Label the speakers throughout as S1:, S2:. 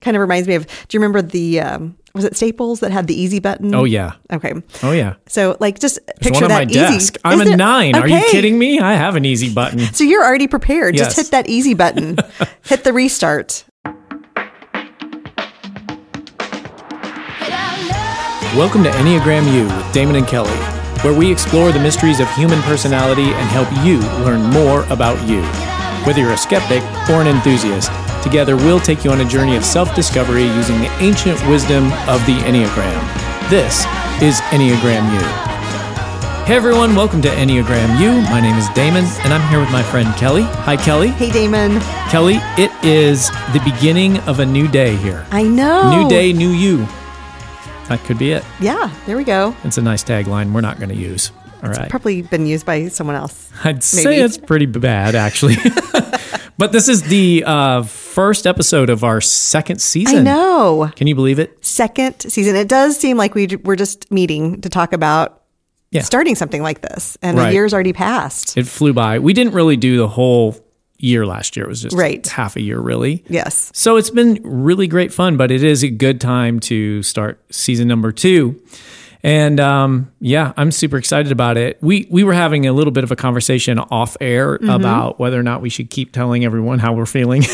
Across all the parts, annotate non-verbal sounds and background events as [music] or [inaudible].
S1: Kind of reminds me of. Do you remember the um, was it Staples that had the easy button?
S2: Oh yeah.
S1: Okay.
S2: Oh yeah.
S1: So like just
S2: It's
S1: picture
S2: one on
S1: that
S2: my
S1: easy.
S2: desk. I'm
S1: Is
S2: a
S1: it?
S2: nine. Are you
S1: Okay.
S2: kidding me? I have an easy button.
S1: So you're already prepared.
S2: Yes.
S1: Just hit that easy
S2: [laughs]
S1: button. hit the restart.
S2: Welcome to Enneagram U with Damon and Kelly, where we explore the mysteries of human personality and help you learn more about you. Whether you're a skeptic or an enthusiast, together we'll take you on a journey of self discovery using the ancient wisdom of the Enneagram. This is Enneagram U. Hey everyone, welcome to Enneagram U. My name is Damon, and I'm here with my friend Kelly. Hi, Kelly.
S1: Hey Damon.
S2: Kelly, it is the beginning of a new day here.
S1: I know.
S2: New day, new you. That could be it.
S1: Yeah. There we go.
S2: It's a nice tagline we're not going to use. All right.
S1: Probably been used by someone else.
S2: I'd say
S1: maybe.
S2: it's pretty bad, actually. [laughs] but this is the uh, first episode of our second season.
S1: I know.
S2: Can you believe it?
S1: Second season. It does seem like we we're just meeting to talk about
S2: Yeah.
S1: starting something like this, and
S2: Right.
S1: the year's already passed.
S2: It flew by. We didn't really do the whole year last year. It was just
S1: Right.
S2: half a year, really.
S1: yes.
S2: So it's been really great fun, but it is a good time to start season number two. And um, yeah, I'm super excited about it. We we were having a little bit of a conversation off air
S1: Mm-hmm.
S2: about whether or not we should keep telling everyone how we're feeling. [laughs]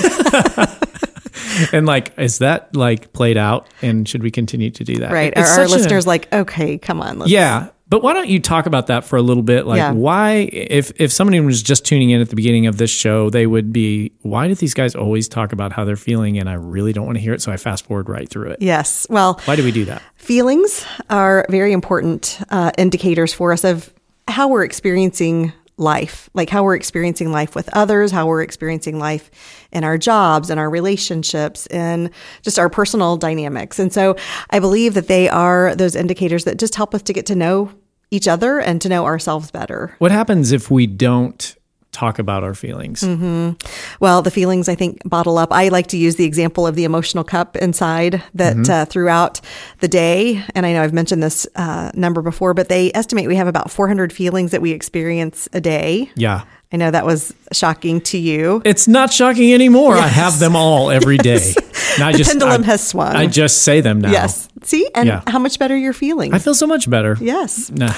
S2: and like, is that like played out? And should we continue to do that?
S1: Right. Are
S2: It's
S1: our
S2: such a-
S1: listeners like, okay, come on. Let's,
S2: yeah. But why don't you talk about that for a little bit? Like,
S1: Yeah.
S2: why, if, if somebody was just tuning in at the beginning of this show, they would be, why do these guys always talk about how they're feeling? And I really don't want to hear it. So I fast forward right through it.
S1: Yes. Well,
S2: Why do we do that?
S1: feelings are very important uh, indicators for us of how we're experiencing life, like how we're experiencing life with others, how we're experiencing life in our jobs, in our relationships, in just our personal dynamics. And so I believe that they are those indicators that just help us to get to know each other and to know ourselves better.
S2: What happens if we don't talk about our feelings?
S1: Mm-hmm. Well, the feelings I think bottle up. I like to use the example of the emotional cup inside that uh, throughout the day, and I know I've mentioned this uh, number before, but they estimate we have about 400 feelings that we experience a day.
S2: Yeah.
S1: I know that was shocking to you.
S2: It's not shocking anymore. I have them all
S1: [laughs]
S2: every day. And I
S1: The
S2: just,
S1: pendulum
S2: I,
S1: has swung.
S2: I just say them now.
S1: Yes. See, and
S2: Yeah.
S1: how much better you're feeling.
S2: I feel so much better. [laughs]
S1: yes.
S2: Nah.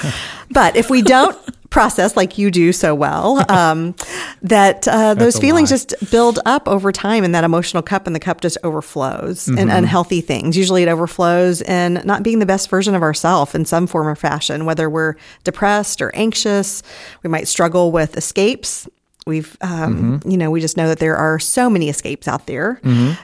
S1: But if we don't process like you do so
S2: [laughs]
S1: well, um, that uh, those
S2: a
S1: feelings
S2: lie.
S1: just build up over time in that emotional cup and the cup just overflows
S2: Mm-hmm.
S1: in unhealthy things. Usually it overflows in not being the best version of ourselves in some form or fashion, whether we're depressed or anxious. We might struggle with escapes. We've, um,
S2: Mm-hmm.
S1: you know, we just know that there are so many escapes out there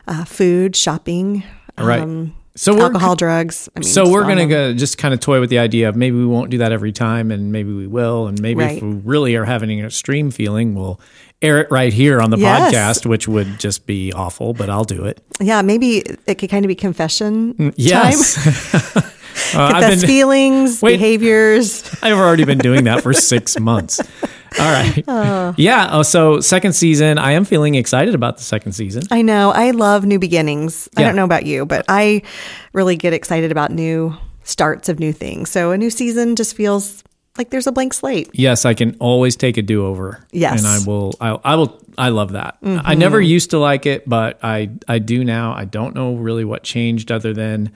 S1: uh, food, shopping,
S2: Mm-hmm. Right.
S1: um,
S2: So we're-
S1: alcohol, drugs. I mean,
S2: So
S1: it's
S2: we're
S1: on
S2: gonna
S1: and
S2: go just kind of toy with the idea of maybe we won't do that every time, and maybe we will, and maybe if
S1: Right.
S2: we really are having an extreme feeling, we'll air it right here on the
S1: Yes.
S2: podcast, which would just be awful, but I'll do it.
S1: Yeah, maybe it could kind of be confession [laughs] time.
S2: Mm, Yes, Uh, I've
S1: Confess
S2: been,
S1: feelings,
S2: Wait.
S1: behaviors.
S2: [laughs] I've already been doing that
S1: [laughs]
S2: for six months. All right, yeah. Oh, so second season, I am feeling excited about the second season.
S1: I know. I love new beginnings. I
S2: Yeah.
S1: don't know about you, but I really get excited about new starts of new things. So a new season just feels like there's a blank slate.
S2: Yes, I can always take a do over.
S1: Yes. Mm-hmm.
S2: and I will. I, I will. I love that. I never used to like it, but I I do now. I don't know really what changed other than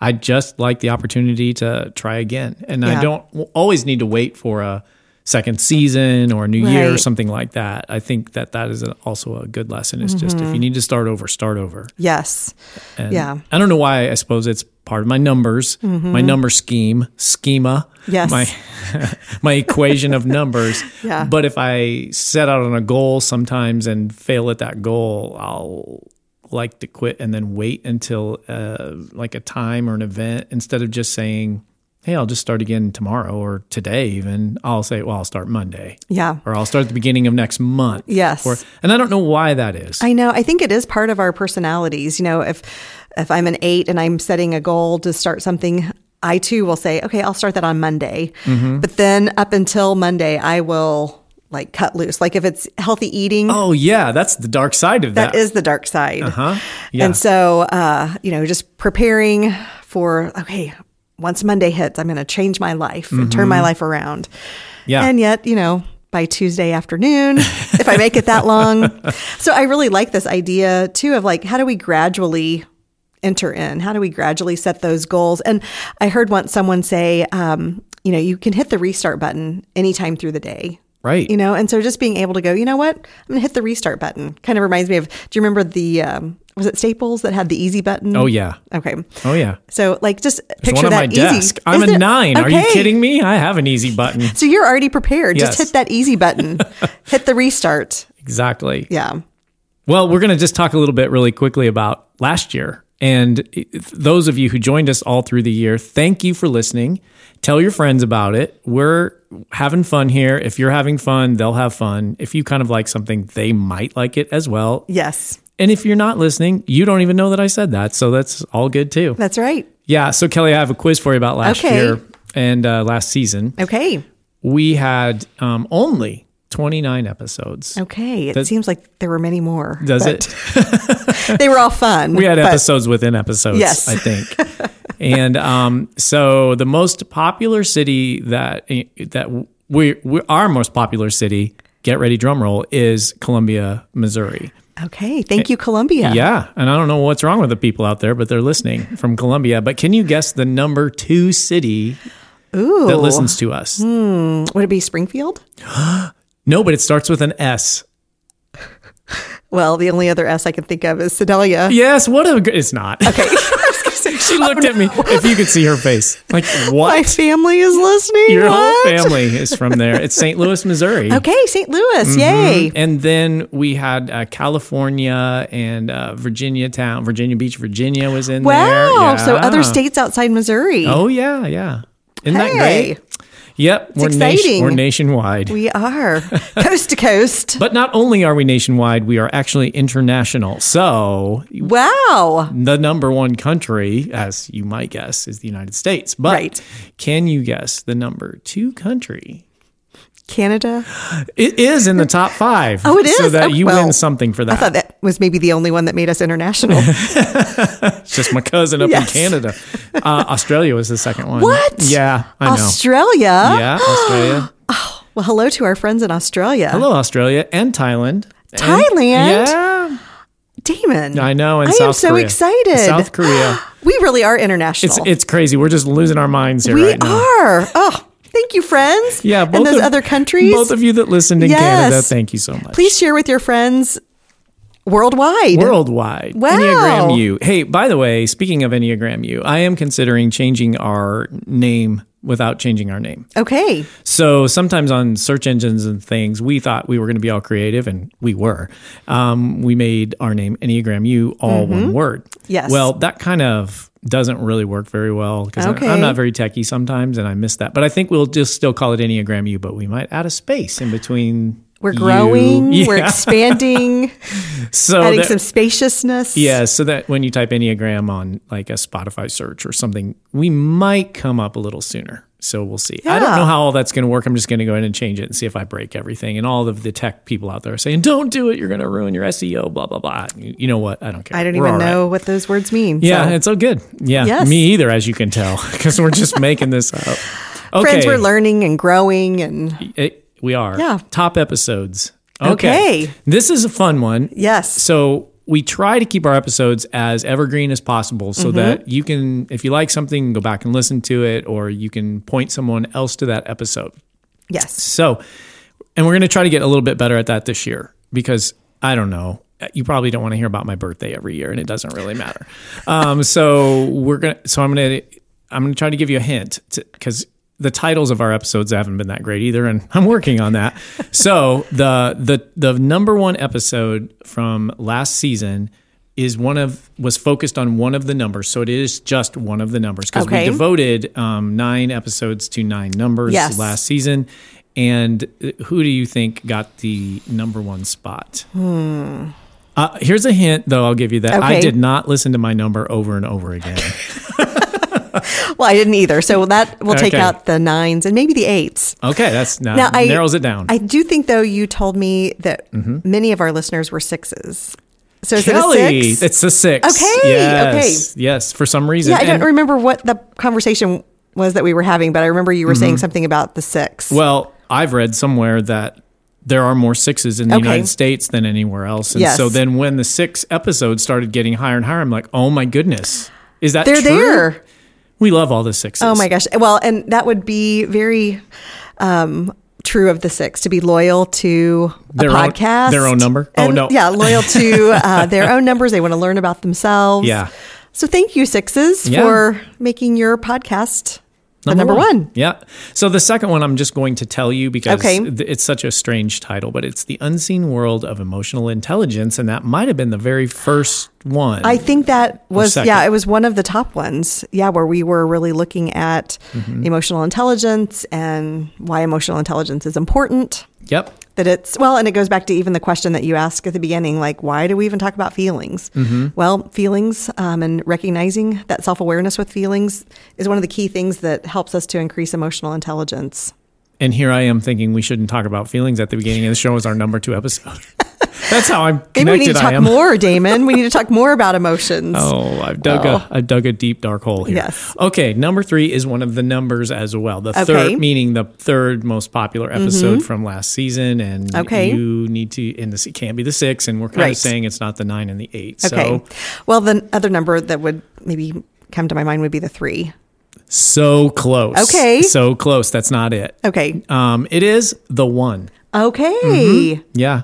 S2: I just like the opportunity to try again, and I
S1: Yeah.
S2: don't w- always need to wait for a second season or a new year or
S1: Right.
S2: something like that. I think that that is a, also a good lesson. It's just
S1: Mm-hmm.
S2: if you need to start over, start over.
S1: Yes.
S2: And
S1: Yeah. Mm-hmm.
S2: I don't know why. I suppose it's part of my numbers, my number scheme, schema.
S1: Yes.
S2: My [laughs] my equation of numbers.
S1: Yeah.
S2: But if I set out on a goal sometimes and fail at that goal, I'll like to quit and then wait until uh, like a time or an event instead of just saying, "Hey, I'll just start again tomorrow or today." Even I'll say, "Well, I'll start Monday."
S1: Yeah.
S2: Or I'll start at the beginning of next month.
S1: Yes.
S2: Or, and I don't know why that is.
S1: I know. I think it is part of our personalities. You know, if if I'm an eight and I'm setting a goal to start something, I too will say, okay, I'll start that on Monday.
S2: Mm-hmm.
S1: But then up until Monday, I will like cut loose. Like if it's healthy eating,
S2: oh yeah, that's the dark side of that.
S1: that is the dark side.
S2: huh? Yeah.
S1: And so, uh, you know, just preparing for, okay, once Monday hits, I'm going to change my life and turn my life around.
S2: Mm-hmm. Yeah.
S1: And yet, you know, by Tuesday afternoon, [laughs] if I
S2: [laughs]
S1: make it that long. So I really like this idea too of like, how do we gradually enter in? How do we gradually set those goals? And I heard once someone say, um, you know, you can hit the restart button anytime through the day.
S2: Right.
S1: You know, and so just being able to go, you know what, I'm going to hit the restart button. Kind of reminds me of, do you remember the, um, was it Staples that had the easy button?
S2: Oh, yeah.
S1: Okay.
S2: Oh, yeah.
S1: So like just
S2: It's
S1: picture
S2: one on
S1: that
S2: my
S1: easy.
S2: desk. I'm
S1: Is
S2: a
S1: there-
S2: nine. Are you
S1: Okay.
S2: kidding me? I have an easy button.
S1: [laughs] So you're already prepared.
S2: Yes.
S1: Just hit that easy
S2: [laughs]
S1: button. hit the restart.
S2: exactly.
S1: Yeah.
S2: Well, we're going to just talk a little bit really quickly about last year. And if- those of you who joined us all through the year, thank you for listening. Tell your friends about it. We're having fun here. If you're having fun, they'll have fun. If you kind of like something, they might like it as well.
S1: Yes.
S2: And if you're not listening, you don't even know that I said that. So that's all good too.
S1: That's right.
S2: Yeah. So, Kelly, I have a quiz for you about last
S1: Okay.
S2: year and uh, last season.
S1: Okay.
S2: We had um, only 29 episodes.
S1: Okay. It seems like there were many more.
S2: Does
S1: but
S2: it?
S1: They were all fun.
S2: We had
S1: but-
S2: episodes within episodes,
S1: Yes. [laughs]
S2: I think. and um, so the most popular city that eh, that we, we our most popular city, get ready drum roll, is Columbia, Missouri.
S1: Okay. Thank you, Columbia.
S2: Yeah, and I don't know what's wrong with the people out there, but they're listening from Columbia. But can you guess the number 2 city
S1: Ooh. Hmm.
S2: that listens to us?
S1: Would it be Springfield?
S2: No, but it starts with an S.
S1: Well, the only other S I can think of is Sedalia.
S2: Yes, what a gr- it's not. [laughs]
S1: Okay. [laughs] I was gonna say, oh,
S2: she looked at me. If you could see her face.
S1: [laughs]
S2: Like
S1: My
S2: what?
S1: family is listening.
S2: Your
S1: What?
S2: whole family is from there. It's St. Louis, Missouri.
S1: [laughs] Okay, St. Louis.
S2: Mm-hmm.
S1: Yay.
S2: And then we had uh, California and uh, Virginia town, Virginia Beach, Virginia was in there.
S1: Wow. So other
S2: Yeah.
S1: states outside Missouri.
S2: Oh yeah, yeah. Isn't that
S1: Hey.
S2: great? Yep, we're, nation-
S1: exciting.
S2: we're nationwide.
S1: We
S2: [laughs]
S1: are coast to coast.
S2: but not only are we nationwide, we are actually international. So
S1: Wow.
S2: the number one country, as you might guess, is the United States. But
S1: Right.
S2: can you guess the number two country?
S1: Canada.
S2: It is in the top five.
S1: Oh, it
S2: So
S1: is?
S2: that
S1: Oh,
S2: you
S1: well,
S2: win something for
S1: I
S2: that.
S1: thought that was maybe the only one that made us
S2: [laughs]
S1: international.
S2: It's just my cousin up
S1: Yes. [laughs]
S2: in Canada. Uh, Australia was the second one.
S1: What?
S2: Yeah, I know.
S1: [gasps] Australia.
S2: yeah, Australia.
S1: Well, hello to our friends in Australia.
S2: Hello, Australia and Thailand. And-
S1: Thailand?
S2: yeah,
S1: Damon.
S2: I know. And
S1: I am
S2: South
S1: so
S2: Korea.
S1: excited.
S2: South Korea.
S1: [gasps] We really are international.
S2: It's it's crazy. We're just losing our minds here
S1: we
S2: right now.
S1: are. Oh, thank you, friends.
S2: Yeah,
S1: and those
S2: of-
S1: other countries.
S2: Both of you that listened in
S1: Yes.
S2: Canada, thank you so much.
S1: Please share with your friends worldwide.
S2: Worldwide.
S1: Wow.
S2: Enneagram U. Hey, by the way, speaking of Enneagram U, I am considering changing our name without changing our name.
S1: Okay.
S2: So sometimes on search engines and things, we thought we were going to be all creative, and we were. Um, we made our name Enneagram U all one word.
S1: Mm-hmm. Yes.
S2: Well, that kind of doesn't really work very well because
S1: Okay.
S2: I'm not very techy sometimes, and I miss that. But I think we'll just still call it Enneagram U, but we might add a space in between.
S1: We're
S2: U.
S1: growing,
S2: [laughs] Yeah.
S1: we're expanding,
S2: so
S1: adding
S2: that-
S1: some spaciousness.
S2: yeah, so that when you type Enneagram on like a Spotify search or something, we might come up a little sooner. So we'll see. I don't
S1: Yeah.
S2: know how all that's going to work. I'm just going to go in and change it and see if I break everything. And all of the tech people out there are saying, don't do it. You're going to ruin your SEO, blah, blah, blah. You you know what? I don't care.
S1: I don't
S2: We're all
S1: even
S2: right.
S1: know what those words mean.
S2: Yeah,
S1: so.
S2: it's so good. Yeah,
S1: Yes.
S2: me either, as you can tell, [laughs] because we're just making this up. Okay.
S1: Friends, we're learning and growing and
S2: It- Eh, we are.
S1: Yeah.
S2: Top episodes.
S1: Okay.
S2: This is a fun one.
S1: yes.
S2: So we try to keep our episodes as evergreen as possible
S1: Mm-hmm.
S2: so that you can, if you like something, go back and listen to it, or you can point someone else to that episode.
S1: Yes.
S2: So, and we're going to try to get a little bit better at that this year because I don't know. You probably don't want to hear about my birthday every year, and it doesn't really matter. Um, so we're gonna. So I'm gonna. I'm gonna try to give you a hint because the titles of our episodes haven't been that great either, and I'm working on that. so the the the number one episode from last season is one of was focused on one of the numbers, so it is just one of the numbers because
S1: Okay.
S2: we devoted um, nine episodes to nine numbers
S1: Yes.
S2: last season. And uh, who do you think got the number one spot? Uh, here's a hint, though. I'll give you that. I
S1: Hmm. Okay.
S2: did not listen to my number over and
S1: [laughs]
S2: over again.
S1: Well, I didn't either. So that will take
S2: Okay.
S1: out the nines and maybe the eights.
S2: Okay, that's now,
S1: Now, I-
S2: narrows it down.
S1: I do think, though, you told me that
S2: Mm-hmm.
S1: many of our listeners were sixes. So is it
S2: Kelly,
S1: a six?
S2: it's a six.
S1: Okay,
S2: Yes, yes. For some reason,
S1: yeah, I don't
S2: And-
S1: remember what the conversation
S2: Mm-hmm.
S1: was that we were having, but I remember you were saying something about the six.
S2: Well, I've read somewhere that there are more sixes in the
S1: Okay.
S2: United States than anywhere else. And
S1: Yes.
S2: so then when the six episodes started getting higher and higher, I'm like, oh my goodness. Is that
S1: They're
S2: true?
S1: there.
S2: We love all the sixes.
S1: Oh my gosh. Well, and that would be very um, true of the six to be loyal to a
S2: Their own-
S1: podcast,
S2: their own number? Oh,
S1: and-
S2: no.
S1: yeah, loyal to
S2: [laughs]
S1: uh, their own numbers. They want to learn about themselves.
S2: Yeah.
S1: So thank you sixes
S2: Yeah.
S1: for making your podcast the number one.
S2: Yeah. So the second one I'm just going to tell you because
S1: Okay.
S2: th- it's such a strange title, but it's The Unseen World of Emotional Intelligence. And that might have been the very first one.
S1: I think that was
S2: second.
S1: yeah, it was one of the top ones. Yeah, where we were really looking at
S2: Mm-hmm.
S1: emotional intelligence and why emotional intelligence is important.
S2: yep.
S1: That it's well, and it goes back to even the question that you asked at the beginning, like why do we even talk about feelings?
S2: Mm-hmm.
S1: Well, feelings um, and recognizing that self awareness with feelings is one of the key things that helps us to increase emotional intelligence.
S2: And here I am thinking we shouldn't talk about feelings at the beginning of the show as our number two episode. [laughs] That's how I'm connected.
S1: Maybe we need to
S2: I
S1: talk
S2: am.
S1: more,
S2: [laughs]
S1: Damon. we need to talk more about emotions.
S2: Oh, I've dug
S1: Well.
S2: a I've dug a deep dark hole here.
S1: Yes.
S2: Okay, number three is one of the numbers as well. The
S1: Okay. Mm-hmm.
S2: third, meaning the third most popular episode from last season, and
S1: Okay.
S2: you need to. And this it can't be the six, and we're kind
S1: Right.
S2: of saying it's not the nine and the eight.
S1: Okay. Well, the other number that would maybe come to my mind would be the three.
S2: So so close.
S1: Okay.
S2: So close. That's not it.
S1: Okay.
S2: Um, it is the one.
S1: Okay.
S2: Yeah.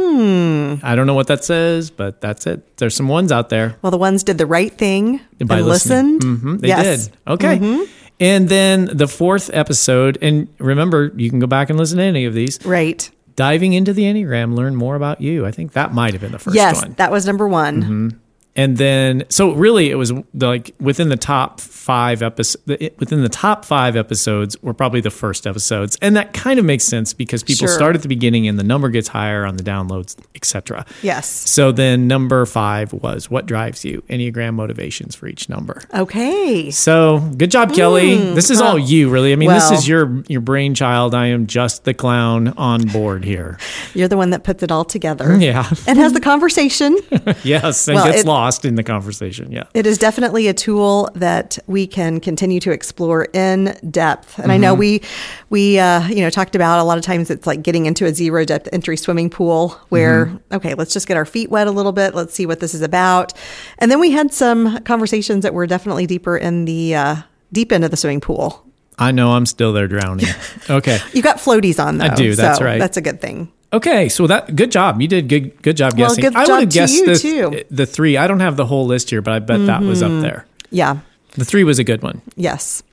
S2: Hmm. I don't know what that says, but that's it. There's some ones out there.
S1: Well, the ones did the right thing
S2: By
S1: and
S2: listening.
S1: listened.
S2: hmm they
S1: yes. Mm-hmm.
S2: did. Okay. And then the fourth episode, and remember, you can go back and listen to any of these.
S1: Right.
S2: Diving into the Enneagram, learn more about you. I think that might have been the first
S1: yes,
S2: one. Mm-hmm.
S1: that was number one.
S2: And then, so really, it was like within the top five episodes, within the top five episodes were probably the first episodes. And that kind of makes sense because people
S1: Sure.
S2: start at the beginning and the number gets higher on the downloads, etc.
S1: Yes.
S2: So then number five was what drives you? Enneagram motivations for each number.
S1: Okay.
S2: So good job, Kelly. this is all you, really. I mean, this
S1: Hmm, uh, well.
S2: is your your brainchild. I am just the clown on board here. [laughs]
S1: You're the one that puts it all together
S2: Yeah.
S1: and has the conversation. [laughs]
S2: yes, and
S1: Well,
S2: gets
S1: it-
S2: lost in the conversation. Yeah.
S1: It is definitely a tool that we can continue to explore in depth. And I
S2: Mm-hmm.
S1: know we we uh, you know talked about a lot of times it's like getting into a zero depth entry swimming pool where
S2: Mm-hmm.
S1: okay, let's just get our feet wet a little bit. Let's see what this is about. And then we had some conversations that were definitely deeper in the uh, deep end of the swimming pool.
S2: I know I'm still
S1: [laughs]
S2: there drowning. Okay.
S1: You got floaties on though.
S2: I do, that's
S1: so
S2: right.
S1: That's a good thing.
S2: Okay, so that good job. You did good good job
S1: Well,
S2: guessing.
S1: good
S2: I would
S1: job
S2: have
S1: to
S2: guessed
S1: you,
S2: the,
S1: too. Mm-hmm.
S2: the 3. I don't have the whole list here, but I bet that was up there.
S1: Yeah.
S2: The 3 was a good one.
S1: Yes.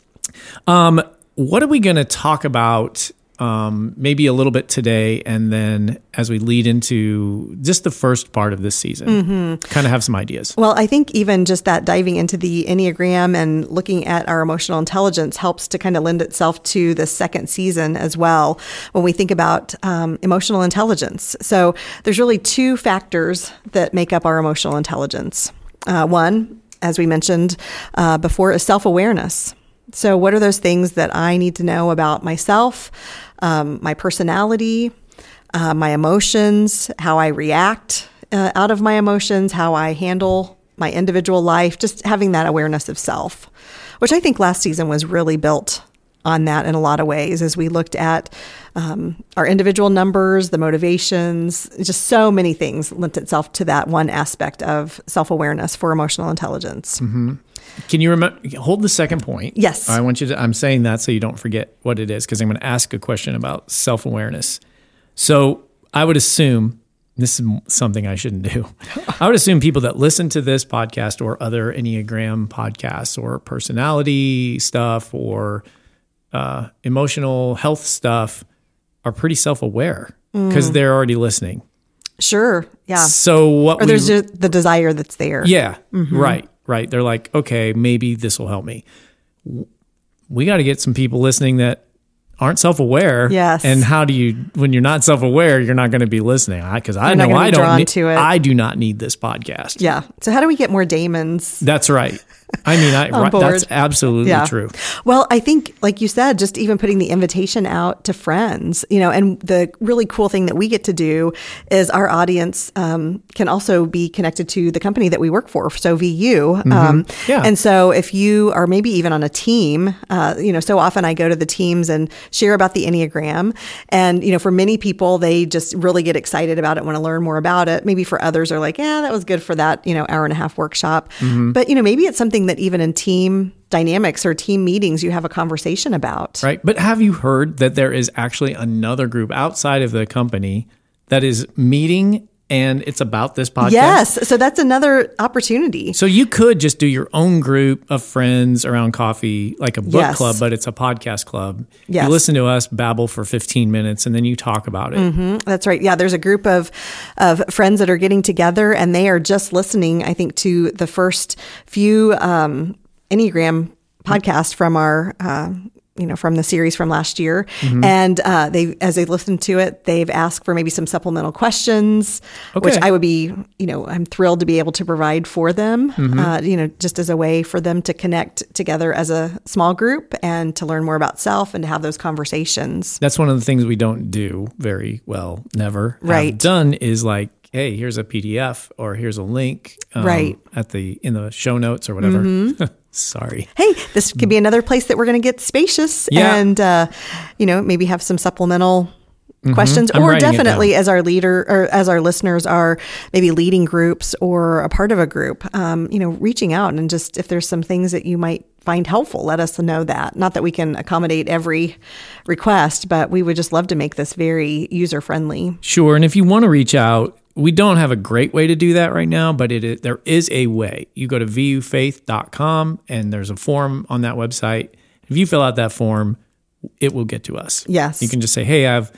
S2: what are we going to talk about um, maybe a little bit today and then as we lead into just the first part of this season
S1: Mm-hmm.
S2: kind of have some ideas
S1: Well, I think even just that diving into the Enneagram and looking at our emotional intelligence helps to kind of lend itself to the second season as well when we think about um, emotional intelligence. So there's really two factors that make up our emotional intelligence. Uh, one, as we mentioned uh, before, is self awareness. So, what are those things that I need to know about myself, um, my personality, uh, my emotions, how I react uh, out of my emotions, how I handle my individual life, just having that awareness of self, which I think last season was really built on that in a lot of ways as we looked at um, our individual numbers, the motivations, just so many things lent itself to that one aspect of self awareness for emotional intelligence.
S2: Mm-hmm. can you remember hold the second point
S1: Yes.
S2: i want you to i'm saying that so you don't forget what it is because i'm going to ask a question about self-awareness so i would assume this is something i shouldn't
S1: [laughs]
S2: do i would assume people that listen to this podcast or other enneagram podcasts or personality stuff or uh, emotional health stuff are pretty self-aware because they're already listening
S1: Sure. Mm. Yeah.
S2: so what
S1: Or
S2: we
S1: there's just the desire that's there.
S2: yeah.
S1: Mm-hmm.
S2: Right. Right. They're like, okay, maybe this will help me. We got to get some people listening that aren't self aware.
S1: Yes.
S2: And how do you, when you're not self aware, you're not going to be listening. I, cause I
S1: You're not
S2: know
S1: gonna be
S2: I don't,
S1: drawn
S2: need-
S1: to it.
S2: I do not need this podcast.
S1: Yeah. So, how do we get more Damons?
S2: That's right. I mean,
S1: [laughs]
S2: I,
S1: On
S2: right, that's
S1: board.
S2: absolutely true.
S1: Well, I think, like you said, just even putting the invitation out to friends, you know, and the really cool thing that we get to do is our audience um, can also be connected to the company that we work for, so VU. Um,
S2: Mm-hmm. Yeah.
S1: And so if you are maybe even on a team, uh, you know, so often I go to the teams and share about the Enneagram. And, you know, for many people, they just really get excited about it, want to learn more about it. Maybe for others are like, yeah, that was good for that, you know, hour and a half workshop. But, you know, maybe it's something that even in team dynamics or team meetings, you have a conversation about.
S2: Right. But have you heard that there is actually another group outside of the company that is meeting and it's about this podcast?
S1: Yes. So that's another opportunity.
S2: So you could just do your own group of friends around coffee, like a book
S1: Yes.
S2: club, but it's a podcast club.
S1: Yes.
S2: You listen to us babble for 15 minutes and then you talk about it.
S1: Mm-hmm. That's right. Yeah, there's a group of of friends that are getting together, and they are just listening. I think to the first few um, Enneagram podcasts from our. Uh, you know, from the series from last year, and uh, they as they listened to it, they've asked for maybe some supplemental questions, which
S2: Okay.
S1: I would be, you know, I'm thrilled to be able to provide for them. Uh, you know, just as a way for them to connect together as a small group and to learn more about self and to have those conversations.
S2: That's one of the things we don't do very well, never. have
S1: Right.
S2: done is like, hey, here's a PDF or here's a link um,
S1: Right. Mm-hmm.
S2: at the in the show notes or whatever. [laughs] Sorry.
S1: hey, this could be another place that we're going to get spacious
S2: Yeah.
S1: and, uh, you know, maybe have some supplemental questions
S2: Mm-hmm. I'm
S1: or
S2: writing it
S1: definitely as our leader or as our listeners are maybe leading groups or a part of a group, um, you know, reaching out and just if there's some things that you might find helpful, let us know that. Not that we can accommodate every request, but we would just love to make this very user friendly.
S2: Sure. And if you want to reach out, we don't have a great way to do that right now, but it is, there is a way. You go to vufaith.com and there's a form on that website. If you fill out that form, it will get to us.
S1: Yes.
S2: You can just say, hey, I have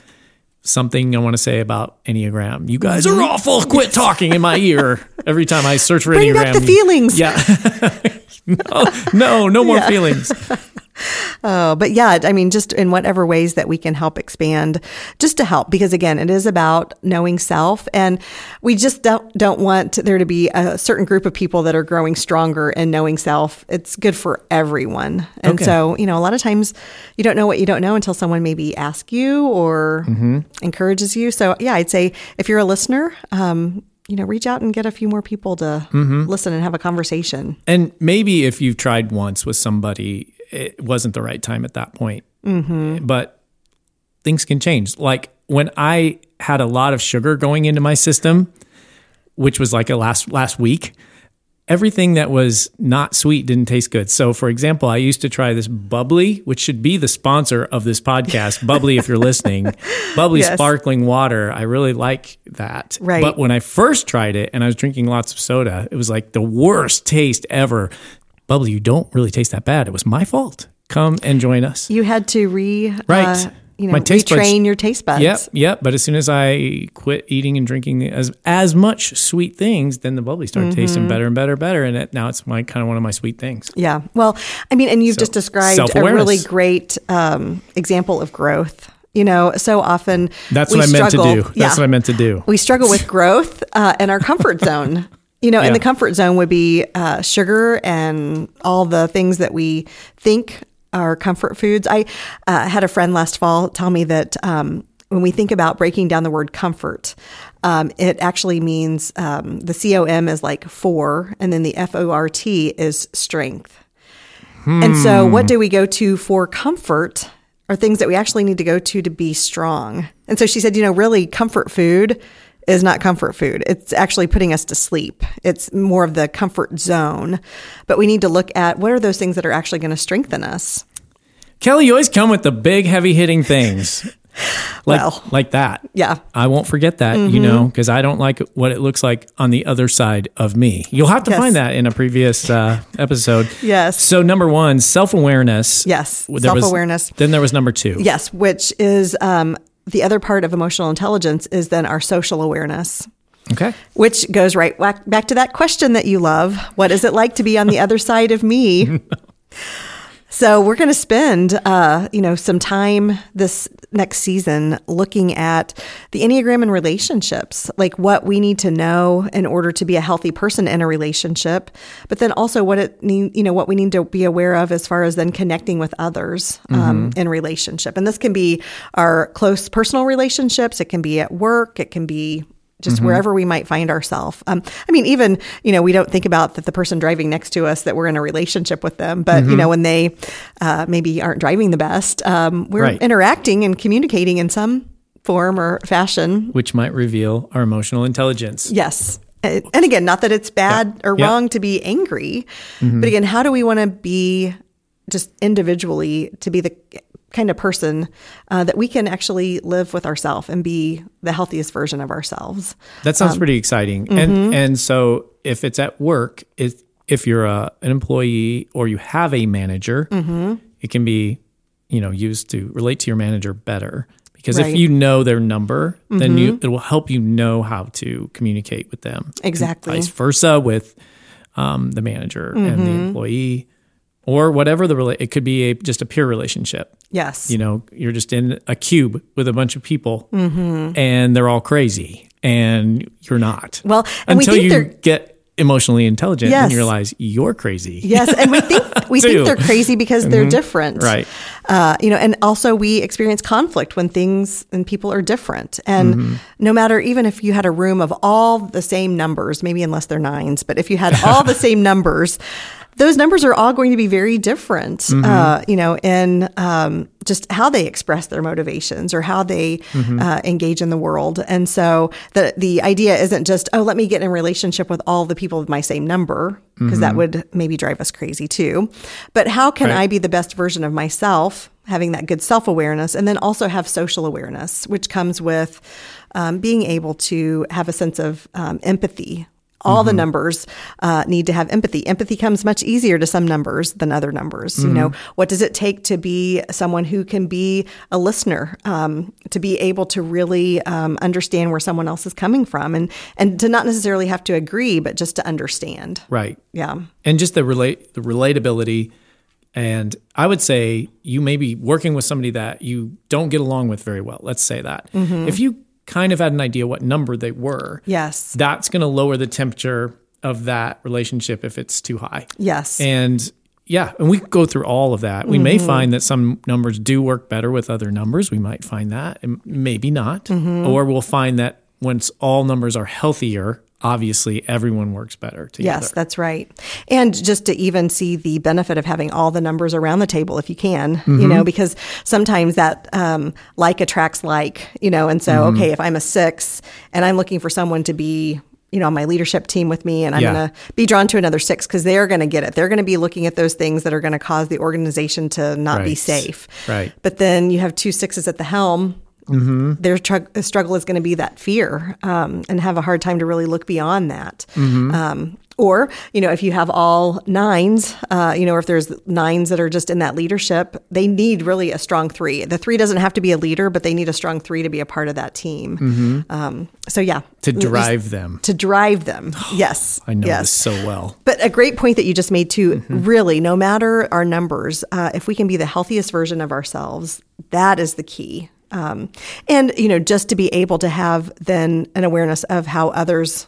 S2: something I want to say about Enneagram. You guys
S1: Mm-hmm.
S2: are awful. Quit talking in my ear every time I search for
S1: Bring
S2: Enneagram.
S1: back the
S2: you-
S1: feelings.
S2: Yeah. [laughs] no, no, no more feelings.
S1: Oh, but yeah, I mean, just in whatever ways that we can help expand, just to help, because again, it is about knowing self, and we just don't don't want there to be a certain group of people that are growing stronger in knowing self. It's good for everyone, and
S2: Okay.
S1: so you know, a lot of times you don't know what you don't know until someone maybe asks you or
S2: Mm-hmm.
S1: encourages you. So yeah, I'd say if you're a listener. Um, you know, reach out and get a few more people to
S2: Mm-hmm.
S1: listen and have a conversation.
S2: And maybe if you've tried once with somebody, it wasn't the right time at that point.
S1: Mm-hmm.
S2: But things can change. Like when I had a lot of sugar going into my system, which was like a last last week, everything that was not sweet didn't taste good. So for example, I used to try this bubbly, which should be the sponsor of this podcast, bubbly if
S1: [laughs]
S2: you're listening. Bubbly
S1: Yes.
S2: sparkling water. I really like that.
S1: Right.
S2: But when I first tried it and I was drinking lots of soda, it was like the worst taste ever. Bubbly, you don't really taste that bad. It was my fault. Come and join us.
S1: You had to re
S2: Right.
S1: uh, you know,
S2: My taste buds-
S1: retrain your taste buds.
S2: Yep, yep. But as soon as I quit eating and drinking as as much sweet things, then the bubbly started
S1: Mm-hmm.
S2: tasting better and better and better. And it, now it's my kind of one of my sweet things.
S1: Yeah. Well, I mean, and you've just described a
S2: self-awareness.
S1: really great um, example of growth. You know, so often
S2: That's
S1: we
S2: what I meant
S1: struggle-
S2: to do.
S1: Yeah.
S2: That's what I meant to do.
S1: We struggle with growth uh, in our
S2: [laughs]
S1: comfort zone. You know,
S2: Yeah.
S1: and the comfort zone would be uh, sugar and all the things that we think are comfort foods. I uh, had a friend last fall tell me that um, when we think about breaking down the word comfort, um, it actually means um, the COM is like four, and then the FORT is strength. And so, what do we go to for comfort are things that we actually need to go to to be strong. And so she said, you know, really, comfort food is not comfort food. It's actually putting us to sleep. It's more of the comfort zone. But we need to look at what are those things that are actually going to strengthen us.
S2: Kelly, you always come with the big, heavy
S1: [laughs]
S2: hitting things. Like,
S1: Well.
S2: like that.
S1: Yeah.
S2: I won't forget that, you know,
S1: Mm-hmm.
S2: because I don't like what it looks like on the other side of me. You'll have to
S1: Yes.
S2: find that in a
S1: [laughs]
S2: previous uh, episode.
S1: Yes.
S2: So, number one, self awareness.
S1: Yes, self-awareness.
S2: Then there was number two.
S1: Yes, which is um, the other part of emotional intelligence is then our social awareness.
S2: Okay.
S1: Which goes right back, back to that question that you love. What is it like to be on the other side of me? So we're going to spend, uh, you know, some time this next season looking at the Enneagram and relationships, like what we need to know in order to be a healthy person in a relationship, but then also what it need, you know, what we need to be aware of as far as then connecting with others um, in relationship. And this can be our close personal relationships. It can be at work. It can be just
S2: Mm-hmm.
S1: wherever we might find ourselves. Um, I mean, even you know, we don't think about that the person driving next to us that we're in a relationship with them, but you
S2: Mm-hmm.
S1: know, when they uh, maybe aren't driving the best, um, we're
S2: Right.
S1: interacting and communicating in some form or fashion.
S2: which might reveal our emotional intelligence.
S1: Yes. And and again, not that it's bad or
S2: Yeah. Mm-hmm.
S1: wrong to be angry, but again, how do we want to be just individually to be the kind of person uh, that we can actually live with ourselves and be the healthiest version of ourselves?
S2: That
S1: Um,
S2: sounds pretty exciting.
S1: Mm-hmm.
S2: And and so if it's at work, if if you're a, an employee or you have a manager,
S1: Mm-hmm.
S2: it can be you know used to relate to your manager better because if
S1: Right. Mm-hmm.
S2: you know their number, then you it will help you know how to communicate with them. And
S1: Exactly.
S2: vice versa with um, the manager and the
S1: Mm-hmm.
S2: employee or whatever the rela- it could be a just a peer relationship
S1: Yes.
S2: you know you're just in a cube with a bunch of people
S1: Mm-hmm.
S2: and they're all crazy and you're not
S1: Well, and we
S2: until
S1: think
S2: you
S1: they're-
S2: get emotionally intelligent and
S1: Yes.
S2: you realize you're crazy
S1: Yes, and we think we
S2: [laughs] Too. Mm-hmm.
S1: think they're crazy because they're different,
S2: Right.
S1: Uh, you know, and also we experience conflict when things and people are different. And no matter, even if you had a room of all the same numbers, maybe unless they're nines, but if you had all the same numbers, those numbers are all going to be very different. Uh, you know, in um, just how they express their motivations or how they uh, engage in the world. And so the the idea isn't just oh, let me get in a relationship with all the people of my same number because that would maybe drive us crazy too. But how can
S2: Right.
S1: I be the best version of myself? Having that good self awareness, and then also have social awareness, which comes with um, being able to have a sense of um, empathy. All the numbers uh, need to have empathy. Empathy comes much easier to some numbers than other numbers. You know, what does it take to be someone who can be a listener, um, to be able to really um, understand where someone else is coming from, and and to not necessarily have to agree, but just to understand.
S2: right
S1: Yeah.
S2: and just the relate the relatability and i would say you may be working with somebody that you don't get along with very well let's say that if you kind of had an idea what number they were
S1: Mm-hmm. Yes.
S2: that's going to lower the temperature of that relationship if it's too high
S1: Yes. Mm-hmm.
S2: And yeah, and we go through all of that. We may find that some numbers do work better with other numbers. We might find that, and maybe not.
S1: Mm-hmm.
S2: Or we'll find that once all numbers are healthier, obviously everyone works better together.
S1: Yes, that's right. And just to even see the benefit of having all the numbers around the table if you can,
S2: Mm-hmm.
S1: you know, because sometimes that um, like attracts like, you know, and so,
S2: Mm-hmm.
S1: okay, if I'm a six and I'm looking for someone to be, you know, on my leadership team with me, and I'm
S2: Yeah.
S1: going to be drawn to another six because they're going to get it. They're going to be looking at those things that are going to cause the organization to not be
S2: Right.
S1: safe.
S2: Right.
S1: But then you have two sixes at the helm. Their tr- struggle is going to be that fear um, and have a hard time to really look beyond that.
S2: Mm-hmm.
S1: Um, or, you know, if you have all nines, uh, you know, or if there's nines that are just in that leadership, they need really a strong three. The three doesn't have to be a leader, but they need a strong three to be a part of that team. Um, so, yeah.
S2: Mm-hmm. To
S1: Just
S2: drive them.
S1: To drive
S2: [sighs]
S1: them. Yes.
S2: I know
S1: yes.
S2: this so well.
S1: But a great point that you just made too. Really, no matter our numbers, uh, if we can be the healthiest version of ourselves, that is the key. Um, and you know, just to be able to have then an awareness of how others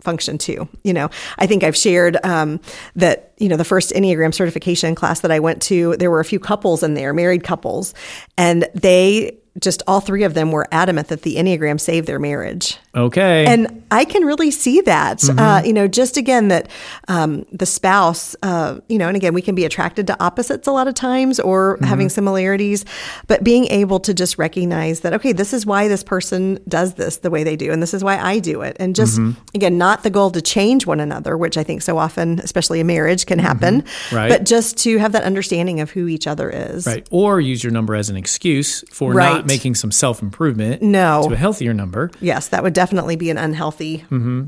S1: function too. You know, I think I've shared um, that you know the first Enneagram certification class that I went to, there were a few couples in there, married couples, and they just all three of them were adamant that the Enneagram saved their marriage.
S2: Okay.
S1: And I can really see that. Uh,
S2: Mm-hmm.
S1: you know, just again, that um, the spouse, uh, you know, and again, we can be attracted to opposites a lot of times or
S2: Mm-hmm.
S1: having similarities, but being able to just recognize that, okay, this is why this person does this the way they do, and this is why I do it. And just,
S2: Mm-hmm.
S1: again, not the goal to change one another, which I think so often, especially in marriage, can happen,
S2: Mm-hmm. Right.
S1: but just to have that understanding of who each other is.
S2: right. Or use your number as an excuse for
S1: Right.
S2: not making some self improvement
S1: No.
S2: to a healthier number.
S1: Yes, that would definitely be an unhealthy.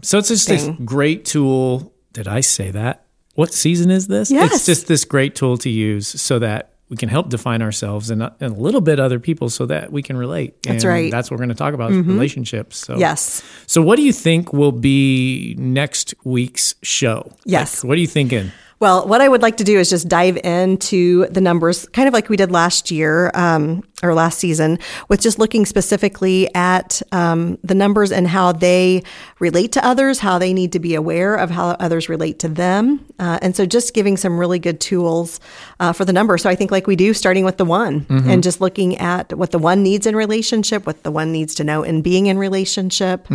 S2: So it's just this great tool. Did I say that? What season is this? It's
S1: Yes.
S2: just this great tool to use so that we can help define ourselves and, uh, and a little bit other people so that we can relate. That's
S1: right. Mm-hmm.
S2: That's what we're going to talk about is relationships. So
S1: Yes.
S2: So what do you think will be next week's show?
S1: Yes.
S2: Like, what are you thinking?
S1: Well, what I would like to do is just dive into the numbers, kind of like we did last year um, or last season, with just looking specifically at um, the numbers and how they relate to others, how they need to be aware of how others relate to them. Uh, and so just giving some really good tools uh, for the number. So I think, like we do, starting with the one and just looking at what the one needs in relationship, what the one needs to know in being in relationship.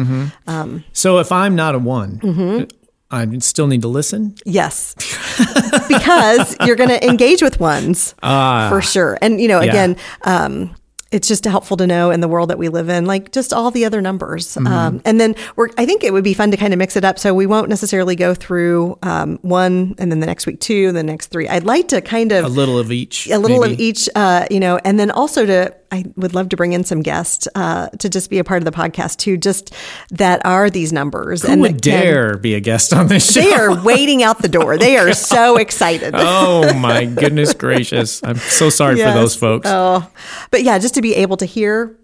S2: So if I'm not a one,
S1: Mm-hmm.
S2: I still need to listen.
S1: Yes.
S2: [laughs]
S1: because you're going to engage with ones for sure. And, you know,
S2: Ah, Yeah.
S1: again, um, it's just helpful to know in the world that we live in, like just all the other numbers.
S2: Mm-hmm.
S1: Um, and then we're, I think it would be fun to kind of mix it up. So we won't necessarily go through um, one and then the next week two, and the next three. I'd like to kind of
S2: A little of each.
S1: a little
S2: maybe.
S1: of each, uh, you know, and then also to, I would love to bring in some guests uh, to just be a part of the podcast too, just that are these numbers.
S2: Who
S1: and
S2: would
S1: that can-
S2: dare be a guest on this show?
S1: they are waiting out the
S2: [laughs]
S1: door. They are so excited.
S2: oh my goodness gracious! I'm so sorry
S1: Yes.
S2: for those folks.
S1: Oh, but yeah, just to be able to hear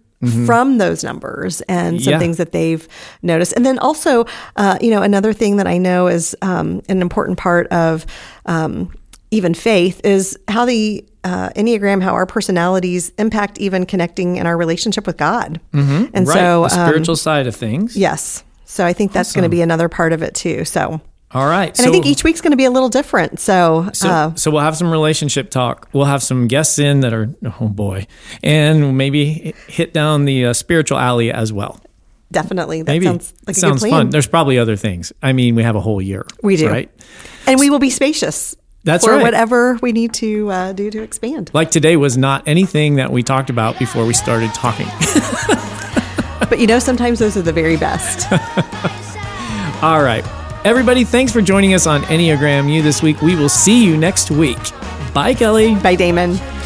S1: from those numbers and some
S2: Mm-hmm. Yeah.
S1: things that they've noticed, and then also, uh, you know, another thing that I know is um, an important part of um, even faith is how the uh, enneagram, how our personalities impact even connecting in our relationship with God, mm-hmm. and
S2: right,
S1: so
S2: the
S1: um,
S2: spiritual side of things.
S1: yes, so I think that's going to be another part of it too. So.
S2: All right.
S1: And I think each week's going to be a little different. So,
S2: So,
S1: uh,
S2: so we'll have some relationship talk. We'll have some guests in that are oh boy, and maybe hit down the uh, spiritual alley as well.
S1: definitely, that
S2: Maybe
S1: sounds like a
S2: sounds
S1: good plan.
S2: fun. There's probably other things. I mean, we have a whole year.
S1: We do.
S2: right?
S1: And we will be spacious.
S2: That's
S1: for
S2: right.
S1: whatever we need to uh, do to expand.
S2: Like today was not anything that we talked about before we started talking. [laughs]
S1: But you know, sometimes those are the very best.
S2: All right, everybody, thanks for joining us on Enneagram U this week. We will see you next week. Bye, Kelly.
S1: Bye, Damon.